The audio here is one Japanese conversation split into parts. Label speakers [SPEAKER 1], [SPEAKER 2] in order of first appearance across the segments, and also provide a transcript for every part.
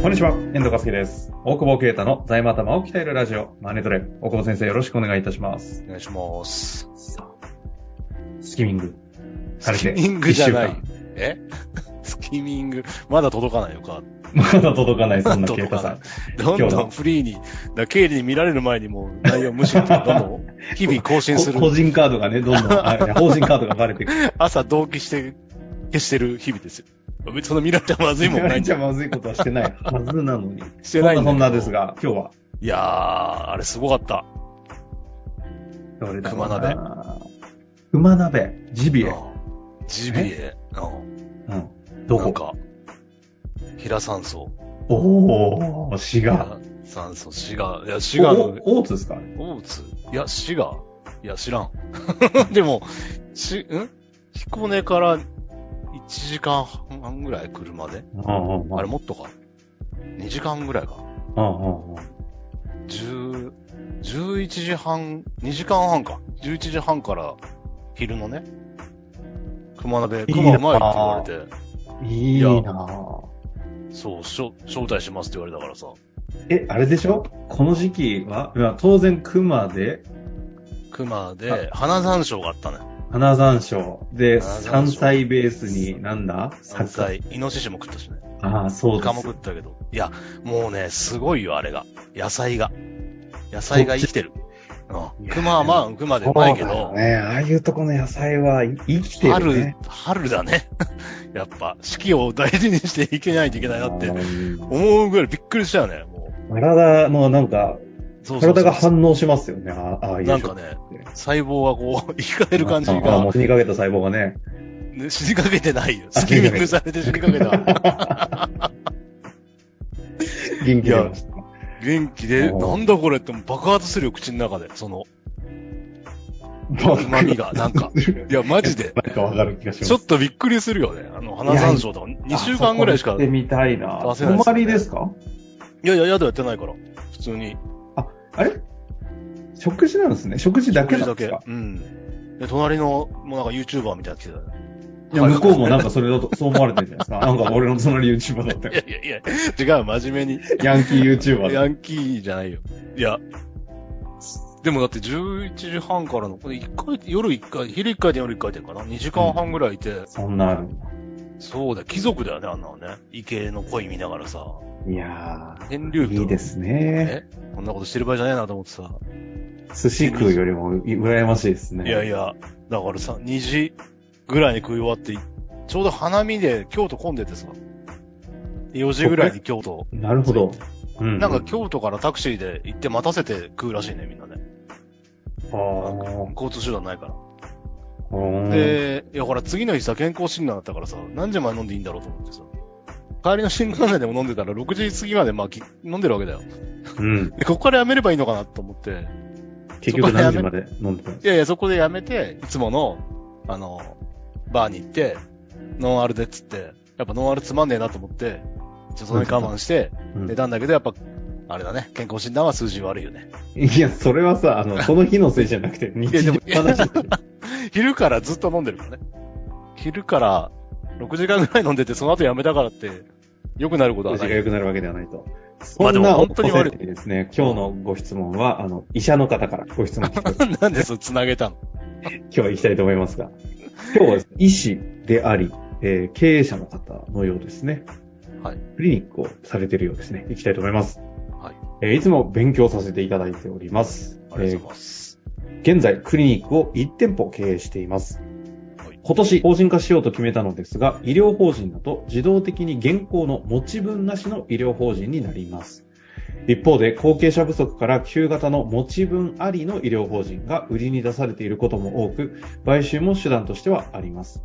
[SPEAKER 1] こんにちは、遠藤和樹です。大久保啓太の財務頭を鍛えるラジオ、マネトレ。大久保先生、よろしくお願いいたします。
[SPEAKER 2] お願いします。
[SPEAKER 1] さあスキミング。されて
[SPEAKER 2] スキミングじゃない
[SPEAKER 1] 一週間。
[SPEAKER 2] え スキミング、まだ届かないのか。
[SPEAKER 1] まだ届かない、そんな啓
[SPEAKER 2] 届
[SPEAKER 1] 太
[SPEAKER 2] か
[SPEAKER 1] さ
[SPEAKER 2] ない
[SPEAKER 1] ん。
[SPEAKER 2] どん
[SPEAKER 1] 今日
[SPEAKER 2] ど
[SPEAKER 1] の
[SPEAKER 2] んフリーに、だから経理に見られる前にもう内容無視って、どんど ん日々更新する
[SPEAKER 1] こ。個人カードがね、どんどん、 あいや法人カードがバレてくる。
[SPEAKER 2] 朝同期して、消してる日々ですよ。別にその見られちゃまずいもんないん
[SPEAKER 1] じ
[SPEAKER 2] じ
[SPEAKER 1] ゃ
[SPEAKER 2] ゃ。
[SPEAKER 1] まずいことはしてないはずなのに。
[SPEAKER 2] してない
[SPEAKER 1] そんな
[SPEAKER 2] んだけど
[SPEAKER 1] そんなですが、今日はい
[SPEAKER 2] やー、あれすごかった。
[SPEAKER 1] どれだろう
[SPEAKER 2] 熊鍋
[SPEAKER 1] な。熊鍋。ジビエ。
[SPEAKER 2] うんジビエ。うん
[SPEAKER 1] うん。ど
[SPEAKER 2] な
[SPEAKER 1] こ
[SPEAKER 2] んか、平山荘。
[SPEAKER 1] おー、滋賀。
[SPEAKER 2] 平山荘、滋賀。いや、
[SPEAKER 1] 滋
[SPEAKER 2] 滋
[SPEAKER 1] 賀
[SPEAKER 2] 賀
[SPEAKER 1] の
[SPEAKER 2] の、
[SPEAKER 1] お大津ですか
[SPEAKER 2] 大津いや、滋賀いや、知らん。 でも、し、ん彦根から1時間半ぐらい車で
[SPEAKER 1] うんうんうん。
[SPEAKER 2] あれもっとか ?2 時間ぐらいか。
[SPEAKER 1] うんうんうん。
[SPEAKER 2] 10、11時半、2時間半か。11時半から昼のね、熊鍋、
[SPEAKER 1] いい
[SPEAKER 2] 熊
[SPEAKER 1] な
[SPEAKER 2] うまいって言われて、
[SPEAKER 1] いいなぁ。
[SPEAKER 2] そう、しょ招待しますって言われたからさ。
[SPEAKER 1] え、あれでしょこの時期は、まあ当然熊で、
[SPEAKER 2] 熊で、花山椒があったね。
[SPEAKER 1] 花山椒で、
[SPEAKER 2] 花山椒
[SPEAKER 1] 山菜ベースに、なんだ
[SPEAKER 2] 山。菜、イノシシも食ったしね。
[SPEAKER 1] サッカーああ、そうで
[SPEAKER 2] 他も
[SPEAKER 1] す
[SPEAKER 2] 食。ったけど。いや、もうね、すごいよ、あれが。野菜が。野菜が生きてる。うん。熊はまあ、熊でうまいけ
[SPEAKER 1] そう
[SPEAKER 2] ど、
[SPEAKER 1] だよね。ああいうとこの野菜はい生きてる
[SPEAKER 2] 春
[SPEAKER 1] ね。、
[SPEAKER 2] 春だね。 やっぱ、四季を大事にしていけないといけないなって
[SPEAKER 1] あ、の
[SPEAKER 2] 思うぐらいびっくりしたよね、もう。
[SPEAKER 1] 体のなんか、
[SPEAKER 2] そうそうそう
[SPEAKER 1] 体が反応しますよね。ああああいう
[SPEAKER 2] な
[SPEAKER 1] 食事
[SPEAKER 2] んかね、細胞がこう、生 き返る感じ
[SPEAKER 1] ああも
[SPEAKER 2] が
[SPEAKER 1] う、死にかけた細胞がね。
[SPEAKER 2] ね死にかけ てないよ。
[SPEAKER 1] あ
[SPEAKER 2] スキミングされて死にかけ た。
[SPEAKER 1] 元気出ました。
[SPEAKER 2] 元気で、
[SPEAKER 1] うん
[SPEAKER 2] なんだこれってもう爆発するよ、口の中で。その、旨味が、なんか。いや、マジで。
[SPEAKER 1] なんかわかる気がします。
[SPEAKER 2] ちょっとびっくりするよね。あの、花山椒とか、2週間ぐらいし
[SPEAKER 1] あ
[SPEAKER 2] か
[SPEAKER 1] そこ行っ、てみたいな。
[SPEAKER 2] 出せないですよね
[SPEAKER 1] 泊まりですか
[SPEAKER 2] いやいや、宿やってないから。普通に。
[SPEAKER 1] あれ食事なんですね。食事だけ
[SPEAKER 2] 食事
[SPEAKER 1] なん
[SPEAKER 2] だ
[SPEAKER 1] です
[SPEAKER 2] け
[SPEAKER 1] か。
[SPEAKER 2] うん。で、隣の、もうなんか YouTuber みたいな人来てたよ
[SPEAKER 1] いや、向こうもなんかそれだと、 そう思われてるじゃないですか。なんか俺の隣 YouTuber だったよ。
[SPEAKER 2] いやいやいや、違う、真面目に。
[SPEAKER 1] ヤンキー YouTuber だ。
[SPEAKER 2] ヤンキーじゃないよ。いや。でもだって11時半からの、これ一回、夜1回、昼1回転夜1回転かな ?2 時間半ぐらいいて、
[SPEAKER 1] そんなあるんだ。
[SPEAKER 2] そうだ、貴族だよね、あんなのね。池の恋見ながらさ。
[SPEAKER 1] いや
[SPEAKER 2] 天竜
[SPEAKER 1] ー、い
[SPEAKER 2] と
[SPEAKER 1] いですね。
[SPEAKER 2] えこんなことしてる場合じゃないなと思ってさ。
[SPEAKER 1] 寿司食うよりも羨ましいですね。
[SPEAKER 2] いやいや、だからさ、2時ぐらいに食い終わって、ちょうど花見で京都混んでてさ、4時ぐらいに京都。
[SPEAKER 1] なるほど。うん
[SPEAKER 2] なんか京都からタクシーで行って待たせて食うらしいね、みんなね。
[SPEAKER 1] あー
[SPEAKER 2] 交通手段ないから。
[SPEAKER 1] うん
[SPEAKER 2] で、いや、ほら、次の日さ、健康診断だったからさ、何時まで飲んでいいんだろうと思ってさ。帰りの新幹線でも飲んでたら、6時過ぎまで、まあ、き飲んでるわけだよ。
[SPEAKER 1] うん。
[SPEAKER 2] で、ここからやめればいいのかなと思って、
[SPEAKER 1] 結局何時まで飲んでたんです
[SPEAKER 2] いやいや、そこでやめて、いつもの、あの、バーに行って、ノンアルでっつって、やっぱノンアルつまんねえなと思って、ちょっとそれ我慢して、
[SPEAKER 1] うん
[SPEAKER 2] 寝たんだけど、やっぱ、あれだね、健康診断は数字悪いよね。
[SPEAKER 1] いや、それはさ、あの、その日のせいじゃなくて、日
[SPEAKER 2] やで
[SPEAKER 1] 常
[SPEAKER 2] も
[SPEAKER 1] の話ですよ。
[SPEAKER 2] 昼からずっと飲んでるからね。昼から6時間ぐらい飲んでて、その後やめたからって、良くなることは
[SPEAKER 1] 味
[SPEAKER 2] な
[SPEAKER 1] が
[SPEAKER 2] い。
[SPEAKER 1] 良くなるわけではないと。そ
[SPEAKER 2] まあで
[SPEAKER 1] ん
[SPEAKER 2] も
[SPEAKER 1] な
[SPEAKER 2] 本当に悪い
[SPEAKER 1] お世話にですね、今日のご質問は、あの、医者の方からご質問聞かせて
[SPEAKER 2] なんでそう繋げたの
[SPEAKER 1] 今日は行きたいと思いますが、 今日はですね医師であり、えー経営者の方のようですね。
[SPEAKER 2] はい。
[SPEAKER 1] クリニックをされているようですね。行きたいと思います。
[SPEAKER 2] はい。
[SPEAKER 1] えーいつも勉強させていただいております。
[SPEAKER 2] ありがとうございます。
[SPEAKER 1] 現在、クリニックを1店舗経営しています
[SPEAKER 2] はい。
[SPEAKER 1] 今年、法人化しようと決めたのですが、医療法人だと自動的に現行の持ち分なしの医療法人になります。一方で、後継者不足から旧型の持ち分ありの医療法人が売りに出されていることも多く、買収も手段としてはあります。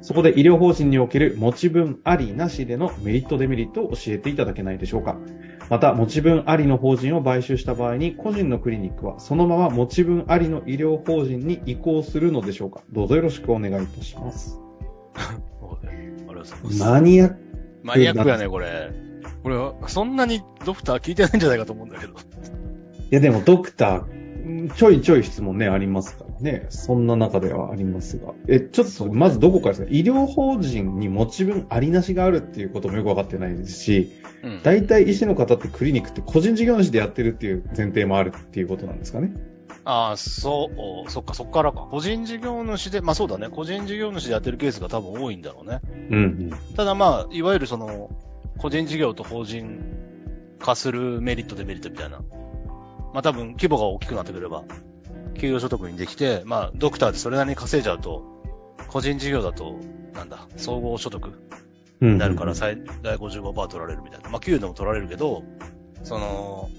[SPEAKER 1] そこで医療法人における持ち分ありなしでのメリットデメリットを教えていただけないでしょうか。また、持ち分ありの法人を買収した場合に、個人のクリニックはそのまま持ち分ありの医療法人に移行するのでしょうかどうぞよろしくお願いいたします。
[SPEAKER 2] はいありがとうございます。
[SPEAKER 1] マニアック。
[SPEAKER 2] マニアックやね、これ。これは、そんなにドクター聞いてないんじゃないかと思うんだけど。
[SPEAKER 1] いや、でもドクター、うんちょいちょい質問ね、ありますからね、そんな中ではありますが。え、ちょっと、まずどこからですか医療法人に持ち分ありなしがあるっていうこともよくわかってないですし、
[SPEAKER 2] うん。
[SPEAKER 1] 大体医師の方ってクリニックって個人事業主でやってるっていう前提もあるっていうことなんですかね。
[SPEAKER 2] ああ、そう、そっか、そっからか。個人事業主で、まあそうだね。個人事業主でやってるケースが多分多いんだろうね。
[SPEAKER 1] うん、
[SPEAKER 2] ただまあ、いわゆるその、個人事業と法人化するメリット、デメリットみたいな。まあ多分、規模が大きくなってくれば、給与所得にできて、まあ、ドクターでそれなりに稼いじゃうと、個人事業だと、なんだ、総合所得
[SPEAKER 1] うん。
[SPEAKER 2] になるから最大55%取られるみたいな。まあ、給与でも取られるけど、その、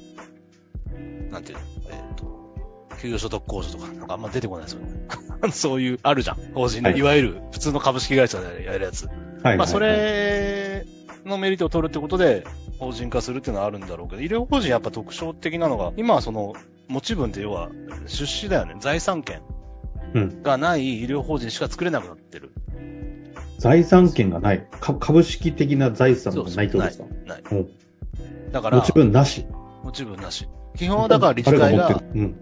[SPEAKER 2] なんていうの、えっ、と、給与所得控除とか、なんかあんま出てこないですよね。 そういう、あるじゃん。法人で、
[SPEAKER 1] はい
[SPEAKER 2] い、わゆる普通の株式会社でやるやつ。
[SPEAKER 1] はい。
[SPEAKER 2] まあ、そ、れのメリットを取るってことで、法人化するっていうのはあるんだろうけど、医療法人やっぱ特徴的なのが、今はその、持ち分って要は、出資だよね。財産権
[SPEAKER 1] うん。
[SPEAKER 2] がない医療法人しか作れなくなってる。
[SPEAKER 1] 財産権がない。か株式的な財産がないってことですか
[SPEAKER 2] ない。
[SPEAKER 1] うん
[SPEAKER 2] だから、
[SPEAKER 1] 持ち分なし。
[SPEAKER 2] 持ち分なし。基本はだから理事会
[SPEAKER 1] 誰持
[SPEAKER 2] が
[SPEAKER 1] って、るうん。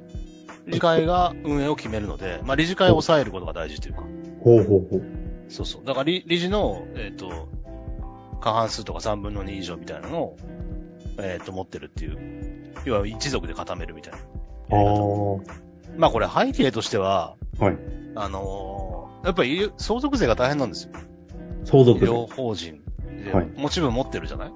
[SPEAKER 2] 理事会が運営を決めるので、まあ理事会を抑えることが大事というか。
[SPEAKER 1] ほうほうほう。
[SPEAKER 2] そうそう。だから理理事の、えっ、と、過半数とか3分の2以上みたいなのを、えっ、と、持ってるっていう。要は一族で固めるみたいな。
[SPEAKER 1] ああ
[SPEAKER 2] まあこれ背景としては、
[SPEAKER 1] ー。はい。
[SPEAKER 2] あのーやっぱり医相続税が大変なんですよ。
[SPEAKER 1] 相
[SPEAKER 2] 医
[SPEAKER 1] 続税。
[SPEAKER 2] 療法人で
[SPEAKER 1] はい
[SPEAKER 2] 持ち分持ってるじゃない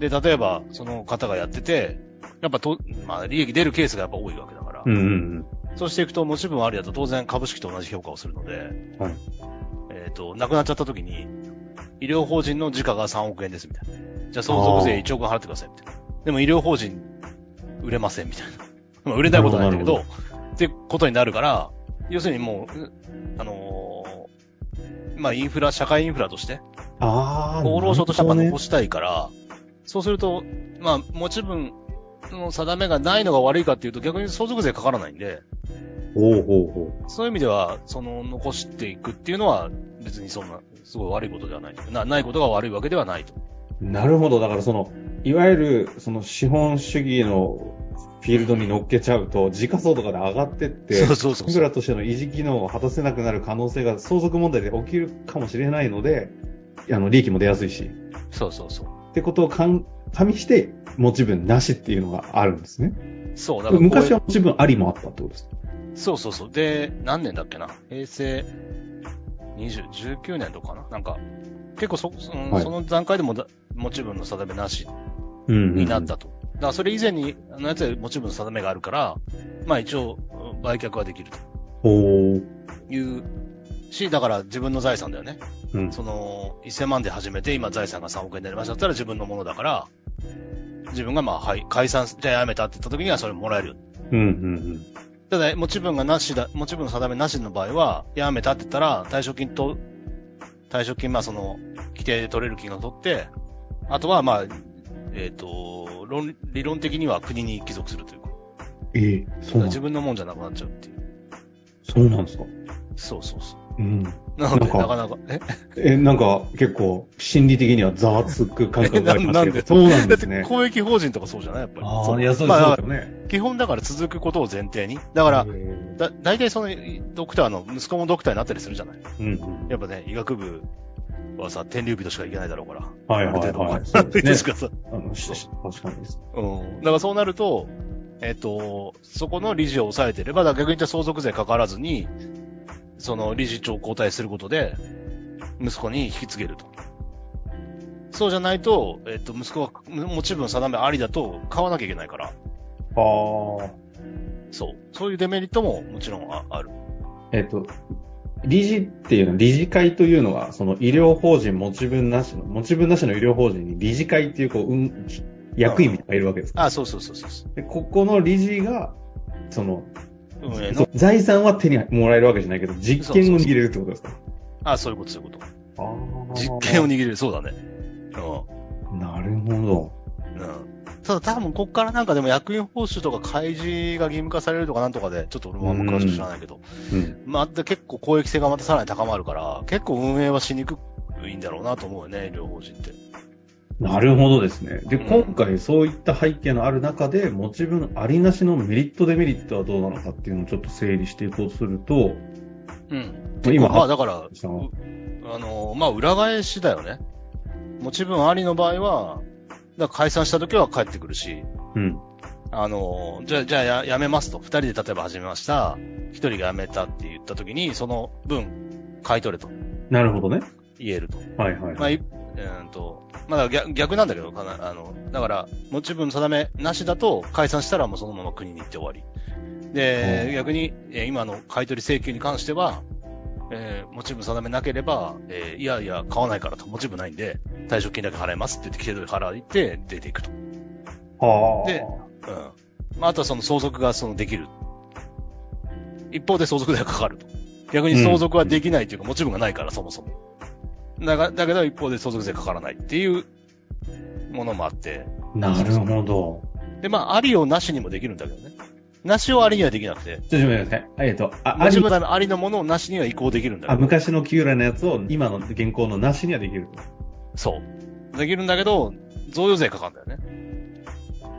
[SPEAKER 2] で、例えば、その方がやってて、やっぱと、まあ利益出るケースがやっぱ多いわけだから、
[SPEAKER 1] うんうん
[SPEAKER 2] そうしていくと持ち分ありだと当然株式と同じ評価をするので、
[SPEAKER 1] はい
[SPEAKER 2] えっ、と、亡くなっちゃった時に、医療法人の時価が3億円ですみたいな。じゃあ相続税1億円払ってくださいみたいな。でも医療法人売れませんみたいな。 まあ売れないことはないんだけ
[SPEAKER 1] な
[SPEAKER 2] ど、ってことになるから、要するにもう、うあのーまあインフラ、社会インフラとして、
[SPEAKER 1] うん。ああ。
[SPEAKER 2] 厚労省としてはやっぱ
[SPEAKER 1] なる
[SPEAKER 2] 残したいから、そうすると、まあ、持ち分の定めがないのが悪いかっていうと逆に相続税かからないんで、
[SPEAKER 1] ほどねほうほうほ
[SPEAKER 2] そういう意味では、その、残していくっていうのは、別にそんな、すごい悪いことではないとな。ないことが悪いわけではないと。
[SPEAKER 1] う。なるほど。だからその、いわゆる、その資本主義のフィールドに乗っけちゃうと、時価総とかで上がってって、
[SPEAKER 2] そうそうそう
[SPEAKER 1] 僕らとしての維持機能を果たせなくなる可能性が相続問題で起きるかもしれないので、あの、利益も出やすいし、
[SPEAKER 2] そうそうそう。
[SPEAKER 1] ってことをかん、加味して、持ち分なしっていうのがあるんですね。
[SPEAKER 2] そう、だからこういう
[SPEAKER 1] 昔は持ち分ありもあったってことです。
[SPEAKER 2] そうそうそう。で、何年だっけな平成20、19年とかななんか、結構そ、その,、
[SPEAKER 1] はい
[SPEAKER 2] その段階でもだ、持ち分の定めなし
[SPEAKER 1] うんうんうん
[SPEAKER 2] になっ。たと。だからそれ以前に、あのやつは持ち分の定めがあるから、まあ一応、うん売却はできると
[SPEAKER 1] ほう。
[SPEAKER 2] いうし、だから自分の財産だよね。
[SPEAKER 1] うん。
[SPEAKER 2] その、1000万で始めて、今財産が3億円になりましただったら自分のものだから、自分がまあ、はい、解散、じゃあやめたって言った時にはそれもらえるよ。
[SPEAKER 1] うんうん
[SPEAKER 2] ただ、持ち分がなしだ、持ち分の定めなしの場合は、やめたって言ったら、退職金と、退職金、まあその、規定で取れる金を取って、あとはまあ、えっ、と、論、理論的には国に帰属するという
[SPEAKER 1] う
[SPEAKER 2] か、
[SPEAKER 1] ん。ええそうなん
[SPEAKER 2] 自分のもんじゃなくなっちゃうっていう。
[SPEAKER 1] そうなんですか。
[SPEAKER 2] そうそうそ
[SPEAKER 1] う
[SPEAKER 2] う。
[SPEAKER 1] ん。
[SPEAKER 2] なので、
[SPEAKER 1] なんか
[SPEAKER 2] なかなか、え
[SPEAKER 1] え、なんか結構心理的にはざわつく感覚があ りますけど。そうなん
[SPEAKER 2] だ
[SPEAKER 1] で
[SPEAKER 2] って
[SPEAKER 1] すね。
[SPEAKER 2] 公益法人とかそうじゃないやっぱり。
[SPEAKER 1] あ
[SPEAKER 2] そ
[SPEAKER 1] あ、
[SPEAKER 2] う
[SPEAKER 1] いや、そう
[SPEAKER 2] ま
[SPEAKER 1] です
[SPEAKER 2] あ
[SPEAKER 1] そうですよね。
[SPEAKER 2] 基本だから続くことを前提に。だから
[SPEAKER 1] え、ー
[SPEAKER 2] だ、大体その、ドクターの、息子もドクターになったりするじゃない
[SPEAKER 1] うんうん。
[SPEAKER 2] やっぱね、医学部はさ、天竜人しか行けないだろうから。
[SPEAKER 1] はいはい
[SPEAKER 2] ある程度
[SPEAKER 1] は。
[SPEAKER 2] はい
[SPEAKER 1] そ
[SPEAKER 2] で
[SPEAKER 1] うです
[SPEAKER 2] し
[SPEAKER 1] ね。
[SPEAKER 2] かさ、
[SPEAKER 1] あの、しし確かにです。
[SPEAKER 2] うん。だからそうなると、えっ、と、そこの理事を抑えてれば、だから逆に言ったら相続税かからずに、その理事長を交代することで、息子に引き継げると。そうじゃないと、えっ、と、息子が持ち分定めありだと買わなきゃいけないから、
[SPEAKER 1] ああ。
[SPEAKER 2] そう。そういうデメリットももちろんあある。
[SPEAKER 1] えっと、理事っていうのは、理事会というのは、その医療法人持ち分なしの、持ち分なしの医療法人に理事会っていう、こう、うん、役員みたいなのがいるわけですか。
[SPEAKER 2] あ、そうそうそうそうそう。
[SPEAKER 1] で、ここの理事が、その、
[SPEAKER 2] 運営
[SPEAKER 1] そ
[SPEAKER 2] の。
[SPEAKER 1] う財産は手にもらえるわけじゃないけど、実権を握れるってことですか
[SPEAKER 2] あ、そういうこと、そういうこと。
[SPEAKER 1] あー
[SPEAKER 2] 実権を握れる、そうだね。う
[SPEAKER 1] なるほど。
[SPEAKER 2] ん。うん。ただ多分こっからなんかでも役員報酬とか開示が義務化されるとかなんとかで、ちょっと俺もあんま詳しく知らないけど、
[SPEAKER 1] うん。
[SPEAKER 2] まあ、で結構公益性がまたさらに高まるから、結構運営はしにくいんだろうなと思うよね、医療法人って。
[SPEAKER 1] なるほどですね。で、
[SPEAKER 2] うん
[SPEAKER 1] 今回そういった背景のある中で、持ち分ありなしのメリット、デメリットはどうなのかっていうのをちょっと整理していこうとすると、
[SPEAKER 2] うん。
[SPEAKER 1] 今、
[SPEAKER 2] まあだから、
[SPEAKER 1] 発表し
[SPEAKER 2] あの、まあ、裏返しだよね。持ち分ありの場合は、だから解散した時は帰ってくるし、
[SPEAKER 1] たうん。
[SPEAKER 2] あの、じゃあ、じゃあや、やめますと。二人で例えば始めました。一人が辞めたって言った時に、その分、買い取れと
[SPEAKER 1] なるほどね。
[SPEAKER 2] 言えると。
[SPEAKER 1] はいはい。
[SPEAKER 2] まあ、いうんと、まあだから逆、逆なんだけど、かな、あの、だから、持ち分定めなしだと、解散したらもうそのまま国に行って終わり。
[SPEAKER 1] う
[SPEAKER 2] で
[SPEAKER 1] ん、
[SPEAKER 2] 逆に、えー今の買い取り請求に関しては、えー持ち分定めなければ、えーいやいや、買わないからと、持ち分ないんで、退職金だけ払いますって言って、契約払って出ていくと。
[SPEAKER 1] はあ
[SPEAKER 2] でうん。まあ、あとはその相続がそのできる。一方で相続代がかかると。逆に相続はできないというか、持ち分がないから、そもそも。だが、だけど一方で相続税かからないっていうものもあって。
[SPEAKER 1] なるほど。
[SPEAKER 2] で、まあ、ありをなしにもできるんだけどね。なしをありにはできなくて、
[SPEAKER 1] ちょっと待ってください。えっと、あ、あ
[SPEAKER 2] 持ち
[SPEAKER 1] り
[SPEAKER 2] 分のありのものをなしには移行できるんだ
[SPEAKER 1] あ
[SPEAKER 2] けど。
[SPEAKER 1] 昔の旧来のやつを今の現行のなしにはできると。
[SPEAKER 2] そう。できるんだけど、贈与税かかるんだよね。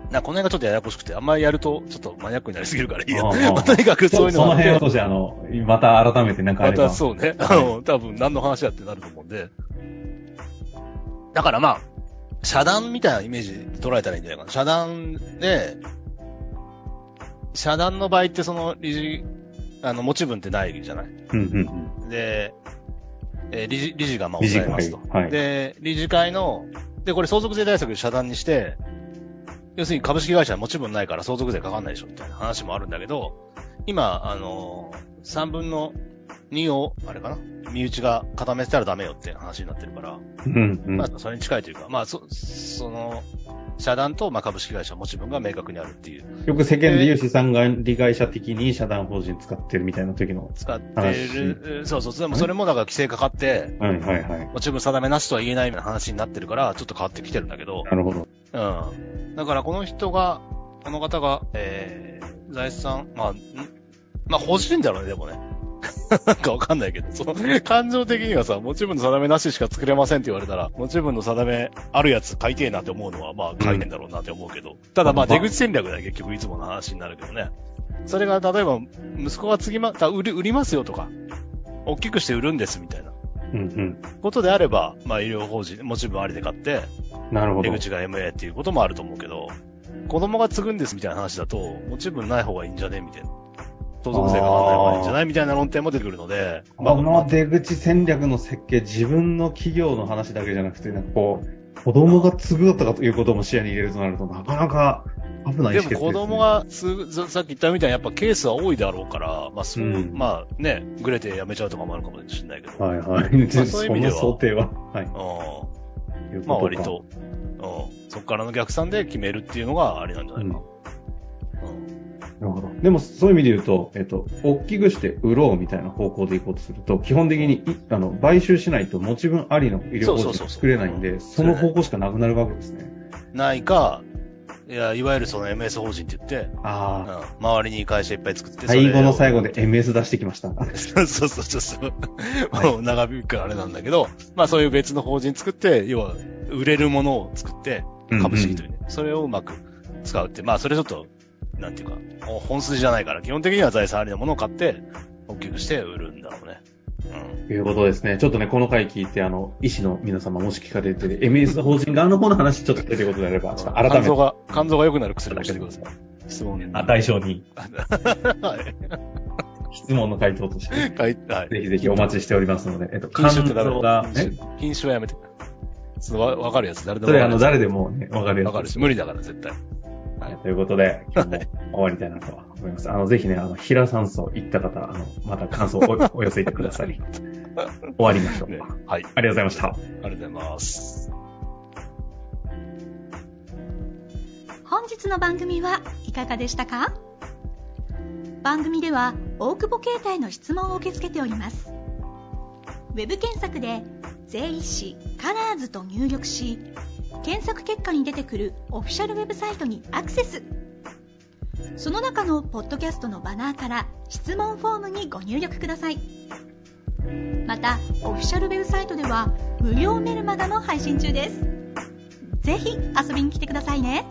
[SPEAKER 2] な、この辺がちょっとややこしくて、あんまりやると、ちょっとマニアックになりすぎるからいいや。
[SPEAKER 1] あー
[SPEAKER 2] まあ とにかくそういう
[SPEAKER 1] そ
[SPEAKER 2] のが
[SPEAKER 1] の
[SPEAKER 2] あって
[SPEAKER 1] 辺を通して、あの、また改めてなんかあ
[SPEAKER 2] ま
[SPEAKER 1] れば。
[SPEAKER 2] たそうね。あの、多分何の話だってなると思うんで。だからまあ、遮断みたいなイメージで捉えたらいいんじゃないかな。遮断で、遮断の場合ってその理事、あの、持ち分ってないじゃない。
[SPEAKER 1] うんうんうん。
[SPEAKER 2] で、えー理事、理事がまあ
[SPEAKER 1] 理事
[SPEAKER 2] 抑
[SPEAKER 1] 会
[SPEAKER 2] えますと。
[SPEAKER 1] はい
[SPEAKER 2] で、理事会の、で、これ相続税対策遮断にして、要するに株式会社は持ち分ないから相続税かかんないでしょみたいな話もあるんだけど、今、あのー、3分の2を、あれかな身内が固めてたらダメよって話になってるから、
[SPEAKER 1] うんうん
[SPEAKER 2] まあ、それに近いというか、まあ、そ、その、遮断と、まあ、株式会社持ち分が明確にあるっていう、
[SPEAKER 1] よく世間で言う資産管理会社的に社団法人使ってるみたいな時の。
[SPEAKER 2] 使ってる、そうそう、でもそれもだから規制かかって、
[SPEAKER 1] はいはいはい。
[SPEAKER 2] もちろん定めなしとは言えないみたいな話になってるから、ちょっと変わってきてるんだけど、
[SPEAKER 1] なるほど。
[SPEAKER 2] うん。だからこの人が、この方が、えー、財産、まあ、んまあ、欲しいんだろうね、でもね。 なんかわかんないけど、その、感情的にはさ、持ち分の定めなししか作れませんって言われたら、持ち分の定めあるやつ買いてえなって思うのは、まあ、買いてんだろうなって思うけど、ただまあ、
[SPEAKER 1] まあ
[SPEAKER 2] 出口戦略だよ結局いつもの話になるけどね。それが、例えば、息子が継ぎま、た売り、売りますよとか、大きくして売るんですみたいな。
[SPEAKER 1] うん
[SPEAKER 2] ことであれば、まあ医療法人、もちろんありで買って、
[SPEAKER 1] うん。なるほ
[SPEAKER 2] 出
[SPEAKER 1] ど。
[SPEAKER 2] 口が MA っていうこともあると思うけど、子供が継ぐんですみたいな話だと、もちろんない方がいいんじゃねみたいな。相続税がかかんない方がいいんじゃないみたいな論点も出てくるので、
[SPEAKER 1] この出口戦略の設計、自分の企業の話だけじゃなくて、なんかこう、子供が継ぐだったかということも視野に入れるとなると、なかなか危ない意
[SPEAKER 2] で
[SPEAKER 1] 思決定
[SPEAKER 2] も子供が継ぐ、ささっき言ったみたいにやっぱケースは多いだろうから、まあそう、
[SPEAKER 1] うん
[SPEAKER 2] まあね、ぐれて辞めちゃうとかもあるかもしれないけど、
[SPEAKER 1] はいはい。
[SPEAKER 2] ま あ
[SPEAKER 1] そ
[SPEAKER 2] そういう意味で
[SPEAKER 1] の
[SPEAKER 2] は
[SPEAKER 1] 想定は。はい。
[SPEAKER 2] う
[SPEAKER 1] いうこと
[SPEAKER 2] ん、
[SPEAKER 1] か
[SPEAKER 2] まあ割。と、うん、そこからの逆算で決めるっていうのがあれなんじゃないかな。うん
[SPEAKER 1] なるほど。でも、そういう意味で言うと、えっと、大きくして売ろうみたいな方向でいこうとすると、基本的に、いあの、買収しないと持ち分ありの医療法
[SPEAKER 2] そうそう
[SPEAKER 1] 人
[SPEAKER 2] そ
[SPEAKER 1] を
[SPEAKER 2] う
[SPEAKER 1] 作れないんで、その方向しかなくなるわけですね。
[SPEAKER 2] ないか、いや、いわゆるその MS 法人って言って、
[SPEAKER 1] ああ、
[SPEAKER 2] うん周りに会社いっぱい作って、
[SPEAKER 1] 最後の最後で MS 出してきました。
[SPEAKER 2] それを。 そうそうそうそう。もう長引くあれなんだけど、まあそういう別の法人作って、要は売れるものを作って、株式というね、それをうまく使うって、まあそれちょっと、なんていうか、もう本筋じゃないから、基本的には財産ありのものを買って、大きくして売るんだろうね。うん。
[SPEAKER 1] ということですね。ちょっとね、この回聞いて、あの、医師の皆様もし聞かれてて、MS 法人側の方の話ちょっと出てることであれば、ちょっと改
[SPEAKER 2] 肝
[SPEAKER 1] め
[SPEAKER 2] 臓
[SPEAKER 1] て、
[SPEAKER 2] が、肝臓が良くなる薬をしてください。質問
[SPEAKER 1] あ対象に
[SPEAKER 2] はい。
[SPEAKER 1] 質問の回答として、ぜ
[SPEAKER 2] はい。はい。
[SPEAKER 1] ひぜひお待ちしておりますので、えっと、
[SPEAKER 2] 禁
[SPEAKER 1] 肝
[SPEAKER 2] 酒ってダメ
[SPEAKER 1] 臓が、
[SPEAKER 2] 禁
[SPEAKER 1] ね、
[SPEAKER 2] 酒禁酒はやめて。そのわわかるやつ、誰で
[SPEAKER 1] そ
[SPEAKER 2] もわ
[SPEAKER 1] れあの、
[SPEAKER 2] かるやつ。
[SPEAKER 1] 誰でもね、わかるや
[SPEAKER 2] わ
[SPEAKER 1] つ
[SPEAKER 2] かるし、無理だから、絶対。
[SPEAKER 1] ということで、今日も終わりたいなと思います。あの、ぜひね、あの、平酸素行った方、あの、また感想をお お寄せください。終わりましょう。
[SPEAKER 2] ね
[SPEAKER 1] ありがと
[SPEAKER 2] はい。
[SPEAKER 1] うございました。
[SPEAKER 2] ありがとうございます。
[SPEAKER 3] 本日の番組はいかがでしたか番組では大久保携帯の質問を受け付けておりますウェブ検索で「税理士カラーズと入力し検索結果に出てくるオフィシャルウェブサイトにアクセスその中のポッドキャストのバナーから質問フォームにご入力くださいまたオフィシャルウェブサイトでは無料メルマガも配信中ですぜひ遊びに来てくださいね。